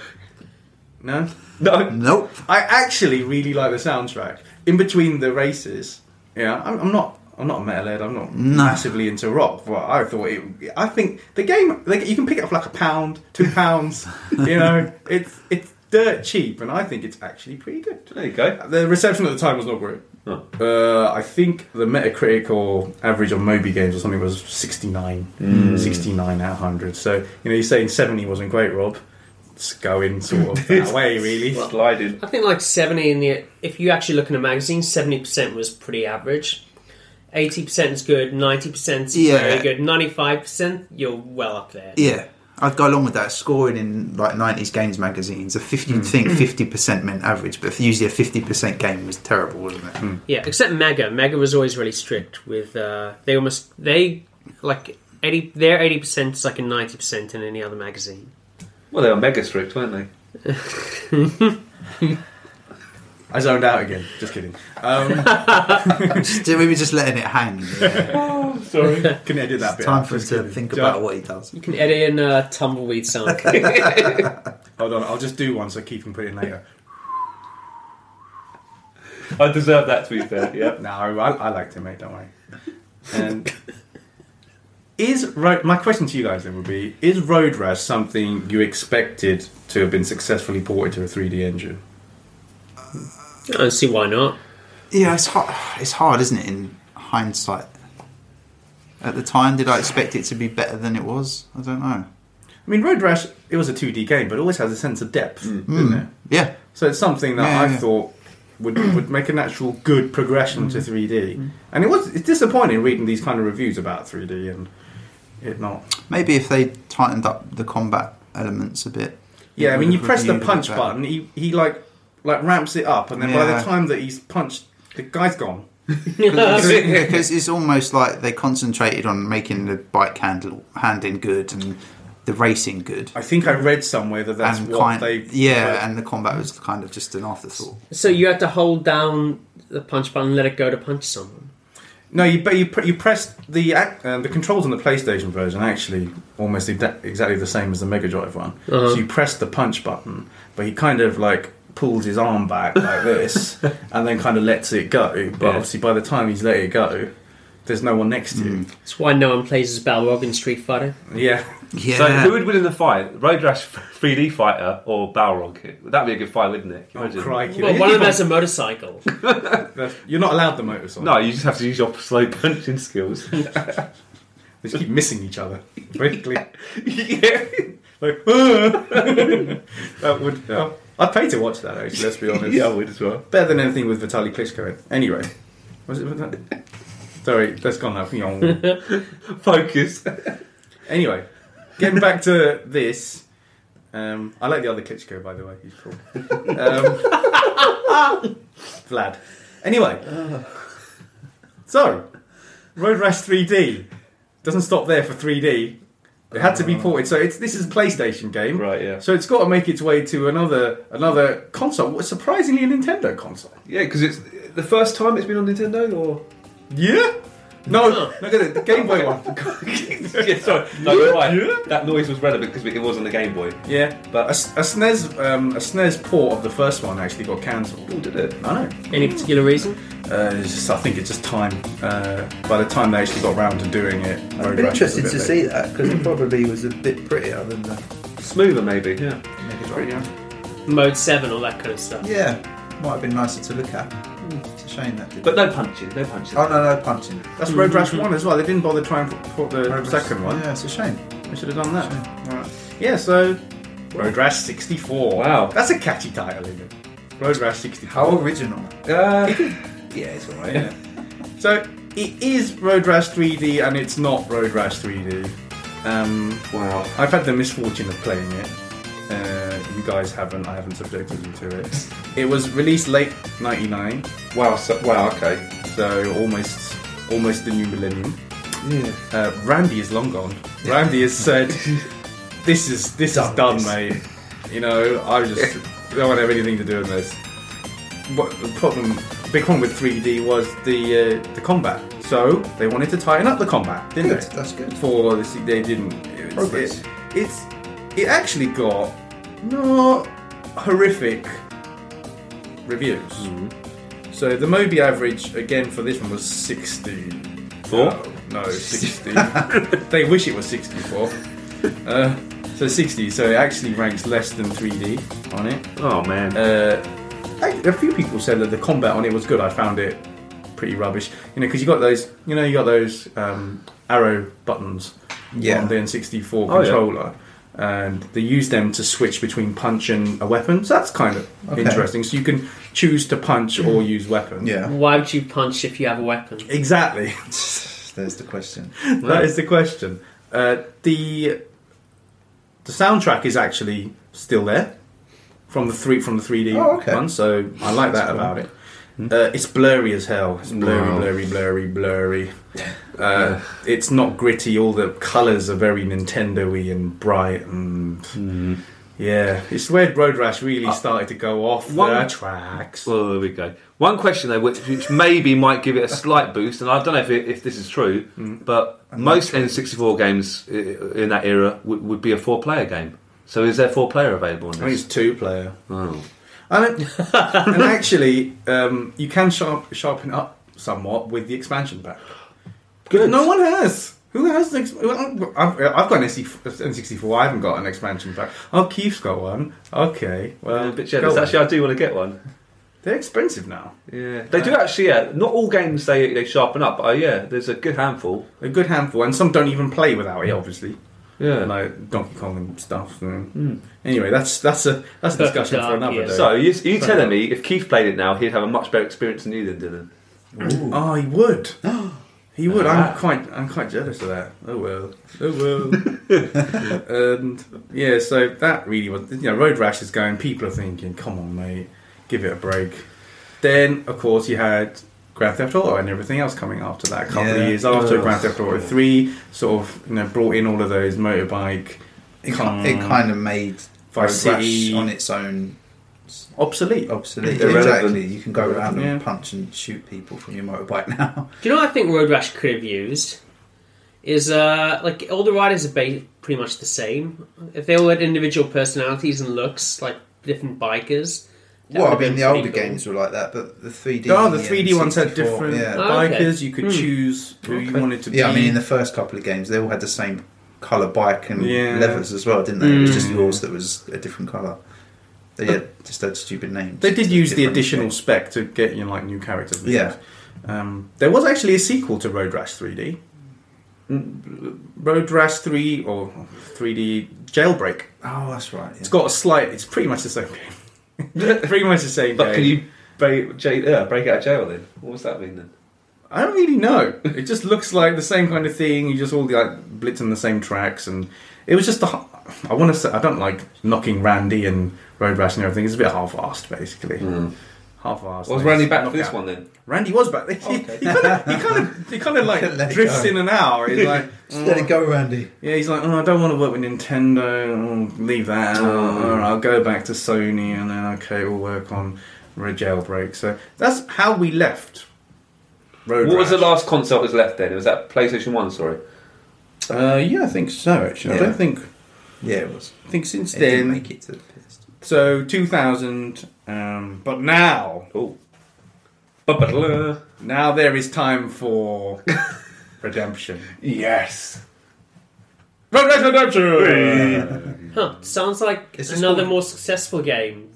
S2: No?
S3: no.
S4: Nope.
S2: I actually really like the soundtrack. In between the races, yeah, I'm, I'm not. I'm not a metalhead. I'm not massively into rock, but I thought it. I think the game like, you can pick it up for like a pound, two pounds. you know, it's it's dirt cheap, and I think it's actually pretty good.
S3: There you go.
S2: The reception at the time was not great.
S3: Oh.
S2: Uh, I think the Metacritic or average on Moby Games or something was 69, 69 out of 100. So you know, you're saying 70 wasn't great, Rob. It's going sort of that way, really.
S3: Sliding.
S5: I think like 70 in the. If you actually look in a magazine, 70% was pretty average. 80% is good. 90% is
S4: Yeah.
S5: very good. 95%, you're well up there.
S4: Yeah. I'd go along with that. Scoring in like nineties games magazines, a fifty
S2: Hmm.
S4: you'd think fifty percent meant average, but usually a fifty percent game was terrible, wasn't it?
S2: Hmm.
S5: Yeah, except Mega. Mega was always really strict with uh, they almost they like eighty their eighty percent is like a ninety percent in any other magazine.
S3: Well they were mega strict, weren't they?
S2: I zoned out again. Just kidding. Um,
S4: So we were just letting it hang. yeah.
S2: sorry. Can I do that bit?
S4: Time
S2: out?
S4: for us
S2: Just
S4: to
S2: kidding.
S4: think
S2: Do
S4: about
S2: I-
S4: what he does.
S5: You can edit in uh, tumbleweed sound.
S2: Hold on. I'll just do one so Keith can put it in later.
S3: I deserve that to be fair, yeah.
S2: No, I, I liked it, mate. Don't worry. And is road? My question to you guys then would be: Is Road Rash something you expected to have been successfully ported to a 3D engine?
S5: I don't see why not.
S4: Yeah, it's hard. It's hard, isn't it? In hindsight, at the time, did I expect it to be better than it was? I don't know.
S2: I mean, Road Rash. It was a 2D game, but it always has a sense of depth, didn't it?
S4: Mm. Yeah,
S2: So it's something that
S4: Yeah,
S2: I
S4: yeah.
S2: thought would would make a natural good progression to 3D. And it was it's disappointing reading these kind of reviews about 3D and it not.
S4: Maybe if they tightened up the combat elements a bit.
S2: Yeah, I mean, you
S4: Would
S2: press the
S4: review
S2: punch
S4: better.
S2: button, he he like like ramps it up, and then by the
S4: Yeah.
S2: time that he's punched, the guy's gone.
S4: because because it's almost like they concentrated on making the bike handle handling good and the racing good.
S2: I think I read somewhere that that's
S4: and
S2: what
S4: kind,
S2: they
S4: yeah, and the combat was kind of just an afterthought.
S5: So you had to hold down the punch button and let it go to punch someone.
S2: No, you but you, pr- you pressed the ac- uh, the controls on the PlayStation version are actually almost exa- exactly the same as the Mega Drive one. So
S5: Uh-huh.
S2: you press the punch button, but he kind of like pulls his arm back like this, and then kind of lets it go. But
S3: Yeah.
S2: obviously, by the time he's let it go, there's no one next to you.
S5: That's why no one plays as Balrog in Street Fighter.
S2: Yeah,
S4: Hmm. Yeah,
S3: So who would win in the fight, Road Rash 3D fighter or Balrog? That'd be a good fight, wouldn't it?
S4: Oh,
S3: Can you imagine?
S2: crikey!
S5: Well, one of them has a motorcycle.
S2: You're not allowed the motorcycle.
S3: No, you just have to use your slow punching skills.
S2: They just keep missing each other. Basically,
S3: yeah.
S2: like that would. yeah. I'd pay to watch that. Actually, let's be honest.
S3: yeah, I would as well.
S2: Better than anything with Vitaly Klitschko. in. Anyway, was it Vitaly? Sorry, that's gone now. Yawn.
S3: Focus.
S2: Anyway, getting back to this, um, I like the other Klitschko by the way. He's cool. Um, Vlad. Anyway, so Road Rash 3D doesn't stop there for 3D. It had to be ported. So it's this is a PlayStation game,
S3: Ah. Right, yeah.
S2: So it's got to make its way to another another console. Surprisingly, a Nintendo console.
S3: Yeah, because it's the first time it's been on Nintendo, or
S2: Yeah. No, look at it. The Game Boy one.
S3: yeah, sorry, no, you're right. That noise was relevant because it was on the Game Boy.
S2: Yeah, but a, S- a SNES, um, a SNES port of the first one actually got cancelled.
S3: Oh, did it?
S2: I know.
S5: Any particular reason?
S2: Uh, it's just, I think it's just time. Uh, by the time they actually got round to doing it,
S4: I'd
S2: Road
S4: be
S2: Rash was a
S4: interested
S2: bit
S4: to
S2: late.
S4: see that because it probably was a bit prettier than the
S3: Smoother, maybe. Yeah.
S4: Mega Drive.
S5: Mode 7, all that kind of stuff.
S4: Yeah, might have been nicer to look at. It's a shame that. Didn't.
S3: But no punching, no punching.
S4: oh no, no punching.
S2: That's Road Rash one as
S3: Mm-hmm.
S2: well. They didn't bother trying to port the second one.
S4: Yeah, it's a shame.
S2: They should have done that. Right. Yeah, so Road Rash 64.
S3: Wow.
S2: that's a catchy title, isn't it? Road Rash 64.
S4: How original.
S3: Uh,
S4: Yeah, it's alright.
S2: Yeah. So it is Road Rash 3D, and it's not Road Rash 3D. Um,
S3: wow.
S2: I've had the misfortune of playing it. Uh, you guys haven't. I haven't subjected you to it. It was released late '99,
S3: Wow. So, wow. Okay.
S2: so almost almost the new millennium.
S3: Yeah.
S2: Uh, Randy is long gone. Randy has said, "This is this is done,
S4: this."
S2: mate. You know, I just don't want to have anything to do with this." What the problem, big problem with 3D was the uh, the combat. So they wanted to tighten up the combat, didn't
S4: Good,
S2: they?
S4: that's good.
S2: For this, they didn't. It's,
S4: Progress.
S2: It, it's it actually got not horrific reviews. So the Moby average again for this one was 60.
S3: Four?
S2: No, no, 60. they wish it was 64. Uh, so 60. So it actually ranks less than 3D on it.
S3: Oh man.
S2: Uh, a a few people said that the combat on it was good. I found it pretty rubbish. You know, because you got those. You know, you got those um, arrow buttons
S4: Yeah.
S2: on the N64
S3: Oh, yeah.
S2: controller. And they use them to switch between punch and a weapon. So that's kind of interesting. So you can choose to punch or
S3: Mm.
S2: use weapon.
S4: Yeah,
S5: Why would you punch if you have a weapon?
S2: Exactly.
S4: there's the question.
S2: that is the question. Uh, the the soundtrack is actually still there from the three from the three D
S4: Oh, okay.
S2: one, so I like that about it. Uh, it's blurry as hell. It's blurry,
S3: Wow.
S2: blurry, blurry, blurry. Uh, it's not gritty. All the colours are very Nintendo-y and bright, and
S3: Mm.
S2: yeah, it's where Road Rash really started to go off the
S3: Uh, one-
S2: tracks.
S3: Well, there we go. One question though, which, which maybe might give it a slight boost, and I don't know if, it, if this is true, but most N64 games i- in that era would, would be a four-player game. So is there four-player available? In
S2: I think it's
S3: this?
S2: two-player.
S3: Oh.
S2: And, it, and actually, um, you can sharp, sharpen up somewhat with the expansion pack.
S3: Good.
S2: No one has. Who has? An ex- well, I've, I've got an E, N64. I haven't got an expansion pack. Oh, Keith's got one. Okay. Well,
S3: I'm a bit jealous.
S2: go on.
S3: Actually, I do want to get one.
S2: they're expensive now.
S3: Yeah, they do actually. Yeah, not all games they they sharpen up, but uh, yeah, there's a good handful.
S2: A good handful, and some don't even play without it, obviously.
S3: Yeah. Hmm.
S2: like Donkey Kong and stuff. And Anyway, that's that's a that's a discussion for
S5: Dark,
S2: another
S5: yeah.
S2: day.
S3: So you, you telling me if Keith played it now, he'd have a much better experience than you than
S2: Oh, he would. He would. I'm quite. I'm quite jealous of that. Oh well. Oh well. and yeah, so that really was. You know, Road Rash is going. People are thinking, "Come on, mate, give it a break." Then, of course, you had Grand Theft Auto and everything else coming after that. A couple of
S4: Yeah.
S2: years after
S3: Ugh.
S2: Grand Theft Auto Three, sort of, you know, brought in all of those motorbike
S4: It,
S2: Come.
S4: ki- it kind of made Road
S2: Vice City
S4: Rash on its own
S2: obsolete.
S4: obsolete.
S3: Irrelevant.
S4: Exactly. You can go around
S2: Yeah.
S4: and punch and shoot people from your motorbike now.
S5: Do you know what I think Road Rash could have used? Is uh like all the riders are ba- pretty much the same. If they all had individual personalities and looks, like different bikers. that
S4: well, I
S5: would've
S4: mean,
S5: been
S4: the
S5: pretty
S4: older
S5: cool.
S4: games were like that, but the 3D.
S2: Oh, the
S4: and
S2: 3D ones had
S4: N64,
S2: different
S4: Yeah.
S5: Oh, okay.
S2: bikers. You could
S5: Hmm.
S2: choose who you
S5: Okay.
S2: wanted to be.
S4: yeah, I mean, in the first couple of games, they all had the same colour bike and
S2: Yeah.
S4: levers as well, didn't they?
S5: Hmm.
S4: It was just
S2: Mm.
S4: yours that was a different colour. They had, just had stupid names.
S2: They did use the
S4: Different
S2: additional
S4: names.
S2: spec to get you know, like new characters. and
S4: Yeah.
S2: things. Um, there was actually a sequel to Road Rash 3D. Road Rash 3 or 3D Jailbreak.
S4: Oh, that's right. Yeah.
S2: It's got a slight. It's pretty much the same game. pretty much the same
S3: did. But
S2: game.
S3: can you break, j- uh, break out of jail then? What was that mean then?
S2: I don't really know. It just looks like the same kind of thing. You just all like blitzing the same tracks, and it was just the. ha- I want to say I don't like knocking Randy and Road Rash and everything. It's a bit half-assed, basically. Half-assed.
S3: Hmm. Was
S2: It's
S3: Randy back for this
S2: knockout.
S3: one then?
S2: Randy was back. He, he kind of, he kind of, he kind of
S4: Couldn't let
S2: like
S4: it
S2: drifts
S4: go.
S2: in and out. He's like,
S4: Just let it go, Randy.
S2: yeah, he's like, oh, I don't want to work with Nintendo. Oh, leave that. out.
S3: Oh.
S2: All right, I'll go back to Sony, and then okay, we'll work on a jailbreak. So that's how we left. Road
S3: What was the
S2: Rash.
S3: last console that was left then? It was that PlayStation 1, sorry.
S2: Uh, yeah, I think so. Actually, I
S4: Yeah.
S2: don't think.
S4: Yeah, it was.
S2: I think since
S4: It didn't
S2: then,
S4: make it to the list.
S2: so 2000. Um, but now,
S3: Oh. Ba-ba-da-da.
S2: now there is time for redemption.
S3: Yes.
S2: Road Rash Redemption.
S5: Huh? Sounds like
S4: It's just
S5: another
S4: called-
S5: more successful game.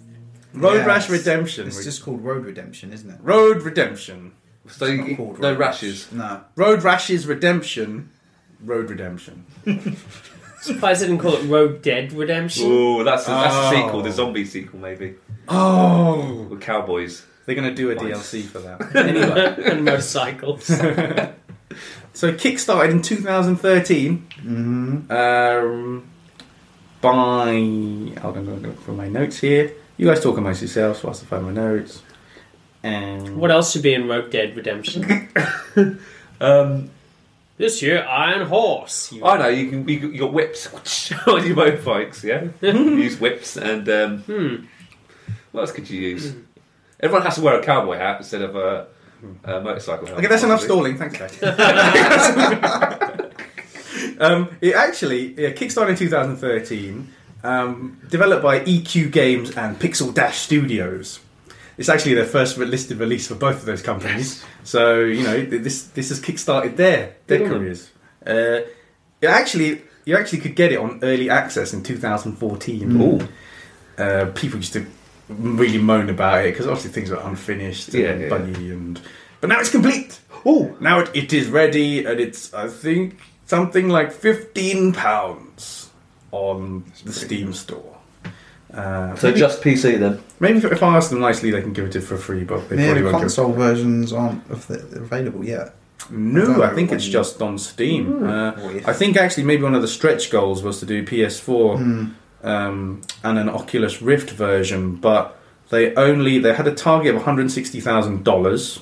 S2: Road
S4: Yeah,
S2: Rash
S4: it's-
S2: Redemption.
S4: It's just called Road Redemption, isn't it?
S2: Road Redemption.
S3: So
S4: It's not
S3: you,
S4: called
S3: no
S4: Road Rash.
S3: rashes.
S4: No.
S2: Road Rash's Redemption. Road Redemption.
S5: Surprised they didn't call it Road Dead Redemption.
S3: Ooh, that's a, that's a
S2: Oh.
S3: sequel, the zombie sequel maybe.
S2: Oh,
S3: With cowboys.
S2: they're gonna do a
S3: Nice.
S2: DLC for that. Anyway,
S5: and motorcycles.
S2: so kickstarted in 2013
S4: Mm-hmm.
S2: um, by. Hold on, I'm gonna look for my notes here. You guys talk amongst yourselves whilst I find my notes. And
S5: what else should be in Road Dead Redemption?
S3: Um,
S5: this year, Iron Horse.
S2: Ah.
S5: You
S3: I know, you can you, got- you got whips on your motorbikes, yeah? You use whips and um,
S5: Hmm.
S3: what else could you use? Everyone has to wear a cowboy hat instead of a, a motorcycle hat.
S2: Okay, that's enough
S3: probably.
S2: stalling. Thanks, guys. um, it actually yeah, kickstarted in 2013, um, developed by EQ Games and Pixel Dash Studios. It's actually their first re- listed release for both of those companies. So you know th- this this has kickstarted their their
S3: Good on them.
S2: careers. Uh, it actually you actually could get it on early access in 2014.
S3: Ooh.
S2: Uh, people used to really moan about it because obviously things were unfinished
S3: Yeah,
S2: and
S3: yeah.
S2: buggy and but now it's complete.
S3: Oh,
S2: Now it, it is ready, and it's I think something like fifteen pounds on the Steam store. Uh,
S3: so just PC then?
S2: maybe if, if I ask them nicely, they can give it to for free, but they
S4: Yeah,
S2: probably
S4: the
S2: won't. Give
S4: console versions aren't of the, available yet. don't
S2: no,
S4: know
S2: I think
S4: when-
S2: it's just on Steam.
S4: Or
S2: Uh,
S4: if.
S2: I think actually maybe one of the stretch goals was to do PS4
S4: Hmm.
S2: um, and an Oculus Rift version, but they only they had a target of one hundred sixty thousand dollars.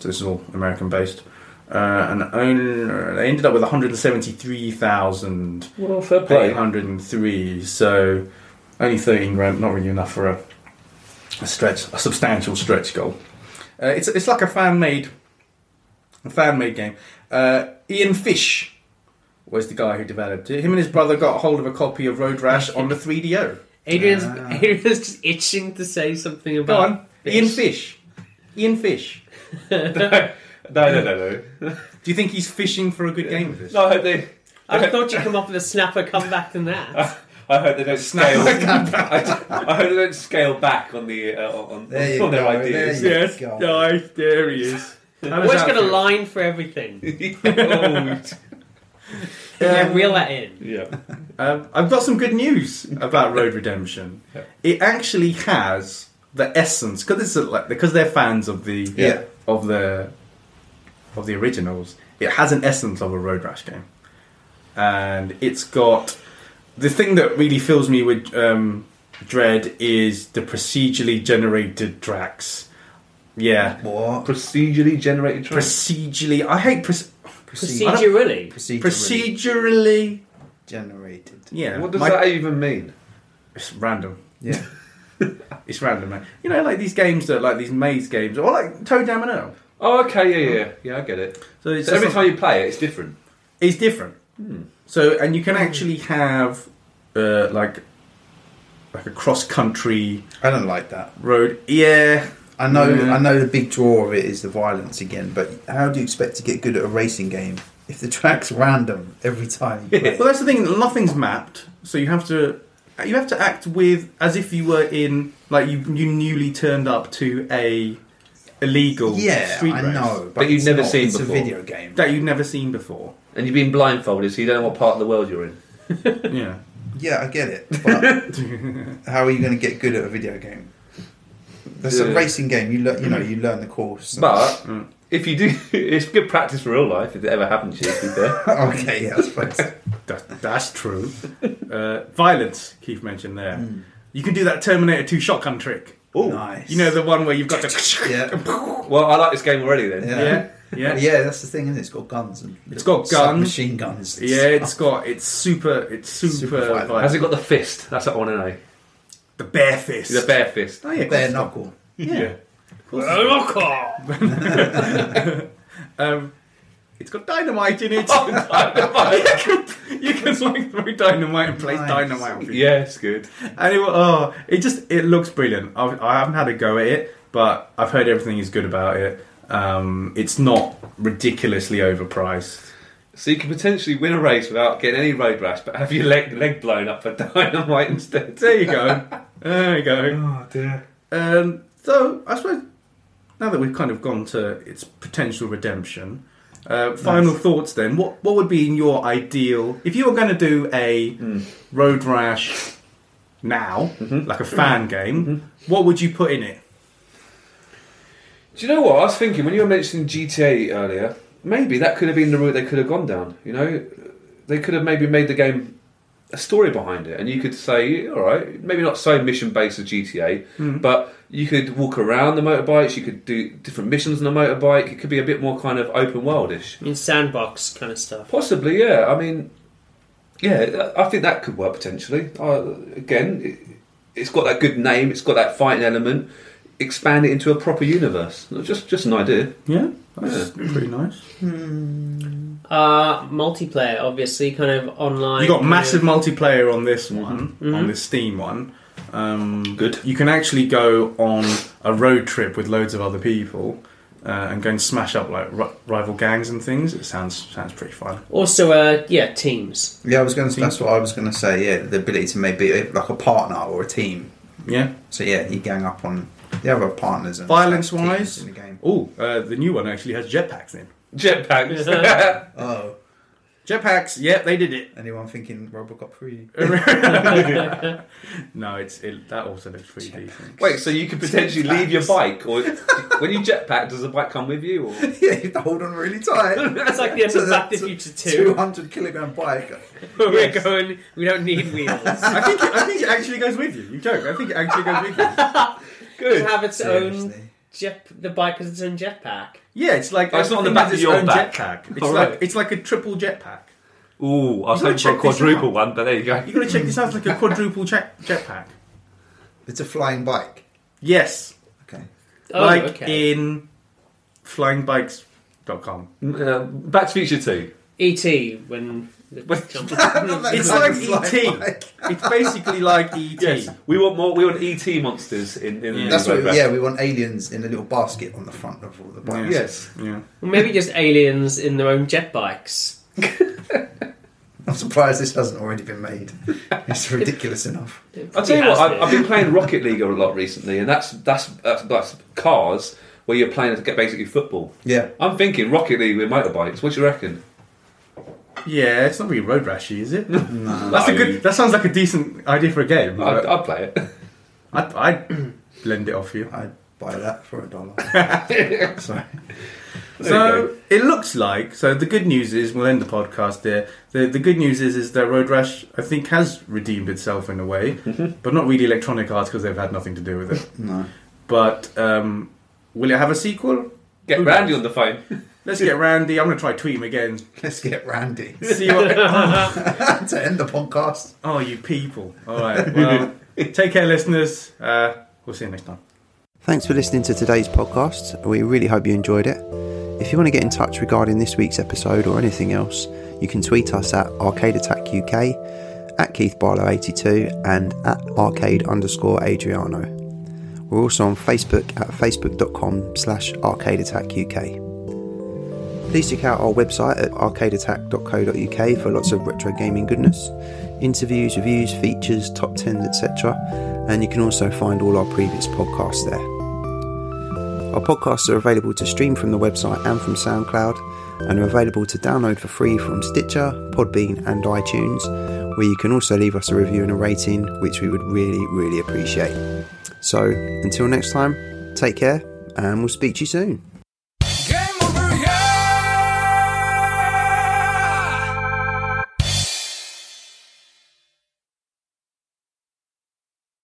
S2: So this is all American based, uh, and only, they ended up with one hundred seventy three thousand
S3: Well, fair
S2: eight hundred and three. So only thirteen grand, not really enough for a, a stretch, a substantial stretch goal. Uh, it's it's like a fan made, a fan made game. Uh, Ian Fish was the guy who developed it. Him and his brother got hold of a copy of Road Rash on the 3DO.
S5: Adrian's,
S4: Ah.
S5: Adrian's just itching to say something
S2: Go
S5: about.
S2: on, Ian Fish. Ian Fish.
S3: no, no, no, no.
S2: Do you think he's fishing for a good game of this?
S3: No, I hope they.
S5: I thought you'd come up with a snapper comeback than that.
S3: I hope they don't scale. I, I hope they don't scale back on the uh, on,
S4: There you
S3: on their
S4: go,
S3: ideas.
S4: there Yes, God.
S2: nice. There he is.
S5: Always got a line for everything.
S3: oh,
S5: yeah, reel that in.
S3: Yeah.
S2: Um, I've got some good news about Road Redemption.
S3: Yeah.
S2: It actually has the essence because it's like because they're fans of the
S6: Yeah.
S2: of the of the originals. It has an essence of a road rash game, and it's got the thing that really fills me with um, dread is the procedurally generated tracks. Yeah,
S6: What?
S3: Procedurally generated tracks.
S2: procedurally. I hate proce-
S5: Procedure really.
S6: Procedurally
S2: procedurally.
S6: generated.
S2: Yeah,
S3: what does
S2: my-
S3: that even mean?
S2: It's random.
S6: Yeah.
S2: It's random, man. You know, like these games that, like these maze games, or like Toad Jam and Earl.
S3: Oh, okay, yeah, yeah, yeah. I get it.
S2: Hmm. So it's
S3: So every
S2: just-
S3: time you play it, it's different.
S2: it's different. So, and you can actually have uh, like like a cross country
S6: I don't like that.
S2: road. Yeah,
S6: I know.
S2: Yeah.
S6: I know the big draw of it is the violence again, but how do you expect to get good at a racing game if the track's random every time? You play it?
S2: Well, that's the thing. Nothing's mapped, so you have to you have to act with as if you were in like you you newly turned up to a illegal
S6: yeah,
S2: street
S6: I
S2: race
S6: know, but,
S3: you've
S6: it's
S3: never
S6: not.
S3: seen
S6: it's
S3: before.
S6: a video game.
S2: that you've never seen before.
S3: And you've been blindfolded, so you don't know what part of the world you're in.
S2: yeah,
S6: Yeah, I get it. But how are you going to get good at a video game? That's
S3: Yeah.
S6: a racing game. You learn. You know, you learn the course.
S3: But
S2: Hmm.
S3: if you do, it's good practice for real life if it ever happens to you. To be fair.
S6: okay, yeah, I suppose.
S2: that, that's true. uh, violence, Keith mentioned there.
S6: Hmm.
S2: You can do that Terminator Two shotgun trick.
S3: Ooh.
S6: nice.
S2: You know the one where you've got to.
S6: Yeah.
S3: Well, I like this game already then.
S6: Yeah.
S2: Yeah,
S6: yeah.
S2: yeah.
S6: that's the thing, isn't it? It's got guns and
S2: It's got guns.
S6: machine guns. and
S2: Yeah,
S6: stuff.
S2: it's got it's super it's super,
S6: Super
S2: violent.
S6: violent.
S3: Has it got the fist? That's what I want to know.
S2: the bare fist.
S3: The bare fist.
S2: oh, yeah, of course
S6: bare
S2: it's got-
S6: knuckle.
S2: Yeah. Um, it's got dynamite in it.
S6: Oh,
S2: you can like throw dynamite and place
S6: Nice.
S2: dynamite on people.
S3: yeah, it's good.
S2: And it, oh, it just it looks brilliant. I've, I haven't had a go at it, but I've heard everything is good about it. Um, it's not ridiculously overpriced.
S3: So you could potentially win a race without getting any road rash, but have your leg leg blown up for dynamite instead.
S2: There you go. there you go.
S3: Oh dear.
S2: Um, so I suppose now that we've kind of gone to its potential redemption, uh, final thoughts then. What what would be in your ideal if you were going to do a road rash now, like a fan game? What would you put in it?
S3: Do you know what I was thinking when you were mentioning GTA earlier? Maybe that could have been the route they could have gone down. You know, they could have maybe made the game a story behind it, and you could say, all right, maybe not so mission based as GTA, but you could walk around the motorbikes. You could do different missions on the motorbike. It could be a bit more kind of open worldish.
S5: I mean, sandbox kind of stuff.
S3: Possibly, yeah. I mean, yeah, I think that could work potentially. Uh, again, it, it's got that good name, it's got that fighting element. Expand it into a proper universe. Just, just an idea.
S2: Yeah, that's pretty nice.
S5: Uh, multiplayer, obviously, kind of online.
S2: You got
S5: kind
S2: massive
S5: of-
S2: multiplayer on this one, on this Steam one. Um,
S3: Good.
S2: You can actually go on a road trip with loads of other people uh, and go and smash up like ri- rival gangs and things. It sounds sounds pretty fun.
S5: also, uh, yeah, teams.
S6: Yeah, I was going. to That's what I was going to say. Yeah, the ability to maybe eh, like a partner or a team.
S2: Yeah.
S6: So yeah, you gang up on the other partners. And
S2: Violence
S6: stuff, teams
S2: wise,
S6: in the game.
S2: oh, uh, the new one actually has jetpacks in.
S3: Jetpacks.
S6: Oh,
S2: Jetpacks, yeah, they did it.
S6: anyone thinking RoboCop three?
S2: No, it's it, that also looks pretty decent.
S3: Wait, so you could potentially leave your bike, or when you jetpack, does the bike come with you? Or
S6: yeah, you have to hold on really tight.
S5: That's like the end of
S6: So
S5: Back to
S6: that's
S5: the Future 2,
S6: Two hundred kilogram bike.
S5: where we're going, we don't need wheels.
S2: I think it, I think it actually goes with you. You joke. I think it actually goes with you.
S5: to have its own
S6: Seriously.
S5: jet, the bike has its own jetpack.
S2: Yeah, it's like
S3: Oh, it's not on
S2: everything
S3: the back
S2: has
S3: of
S2: its
S3: your
S2: own
S3: back.
S2: jetpack. It's
S3: All
S2: like
S3: right.
S2: it's like a triple jetpack.
S3: Ooh, I was
S2: gotta
S3: hoping for a
S2: check this
S3: quadruple
S2: out.
S3: one, but there you go.
S2: You gotta check this out. It's like a quadruple jet jetpack.
S6: It's a flying bike.
S2: Yes,
S6: Okay.
S5: Oh,
S2: like
S5: okay.
S2: in flyingbikes.com.
S3: Uh, Back to Future Two.
S5: E.T. E when. the-
S2: It's
S6: Like
S2: like
S6: a flying
S2: ET. It's basically like E ET.
S3: We want more. We want ET monsters in. in the
S6: That's
S3: road
S6: what.
S3: rash.
S6: Yeah, we want aliens in a little basket on the front of all the bikes.
S3: Yes.
S2: Yeah.
S5: Well, maybe just aliens in their own jet bikes.
S6: I'm surprised this hasn't already been made. It's ridiculous enough.
S3: I'll tell you what, I've, I've been playing Rocket League a lot recently, and that's that's that's, that's cars where you're playing to get basically football.
S6: Yeah.
S3: I'm thinking Rocket League with motorbikes. What do you reckon?
S2: Yeah, it's not really road rashy, is it? That's a good. That sounds like a decent idea for a game.
S3: I'd,
S2: but
S3: I'd play it.
S2: I'd, I'd lend it off you.
S6: I'd buy that for a dollar. Sorry.
S3: There you
S2: So it looks like so. The good news is we'll end the podcast there. The the good news is is that Road Rash I think has redeemed itself in a way,
S3: Mm-hmm.
S2: but not really Electronic Arts because they've had nothing to do with it.
S6: No.
S2: But um, will it have a sequel?
S3: Get
S2: Who
S3: Randy
S2: knows?
S3: on the phone.
S2: Let's get Randy. I'm gonna try tweet him again.
S6: Let's get Randy
S2: See what.
S6: to end the podcast.
S2: oh, you people! All right. Well, take care, listeners. Uh, we'll see you next time.
S4: Thanks for listening to today's podcast. We really hope you enjoyed it. If you want to get in touch regarding this week's episode or anything else, you can tweet us at Arcade Attack UK, at Keith Barlow82, and at arcade underscore Adriano. We're also on Facebook at facebook.com slash arcade attack UK. Please check out our website at arcadeattack.co.uk for lots of retro gaming goodness, interviews, reviews, features, top 10s, etc. And you can also find all our previous podcasts there. Our podcasts are available to stream from the website and from SoundCloud, and are available to download for free from Stitcher, Podbean, and iTunes, where you can also leave us a review and a rating, which we would really, really appreciate. So, until next time, take care, and we'll speak to you soon.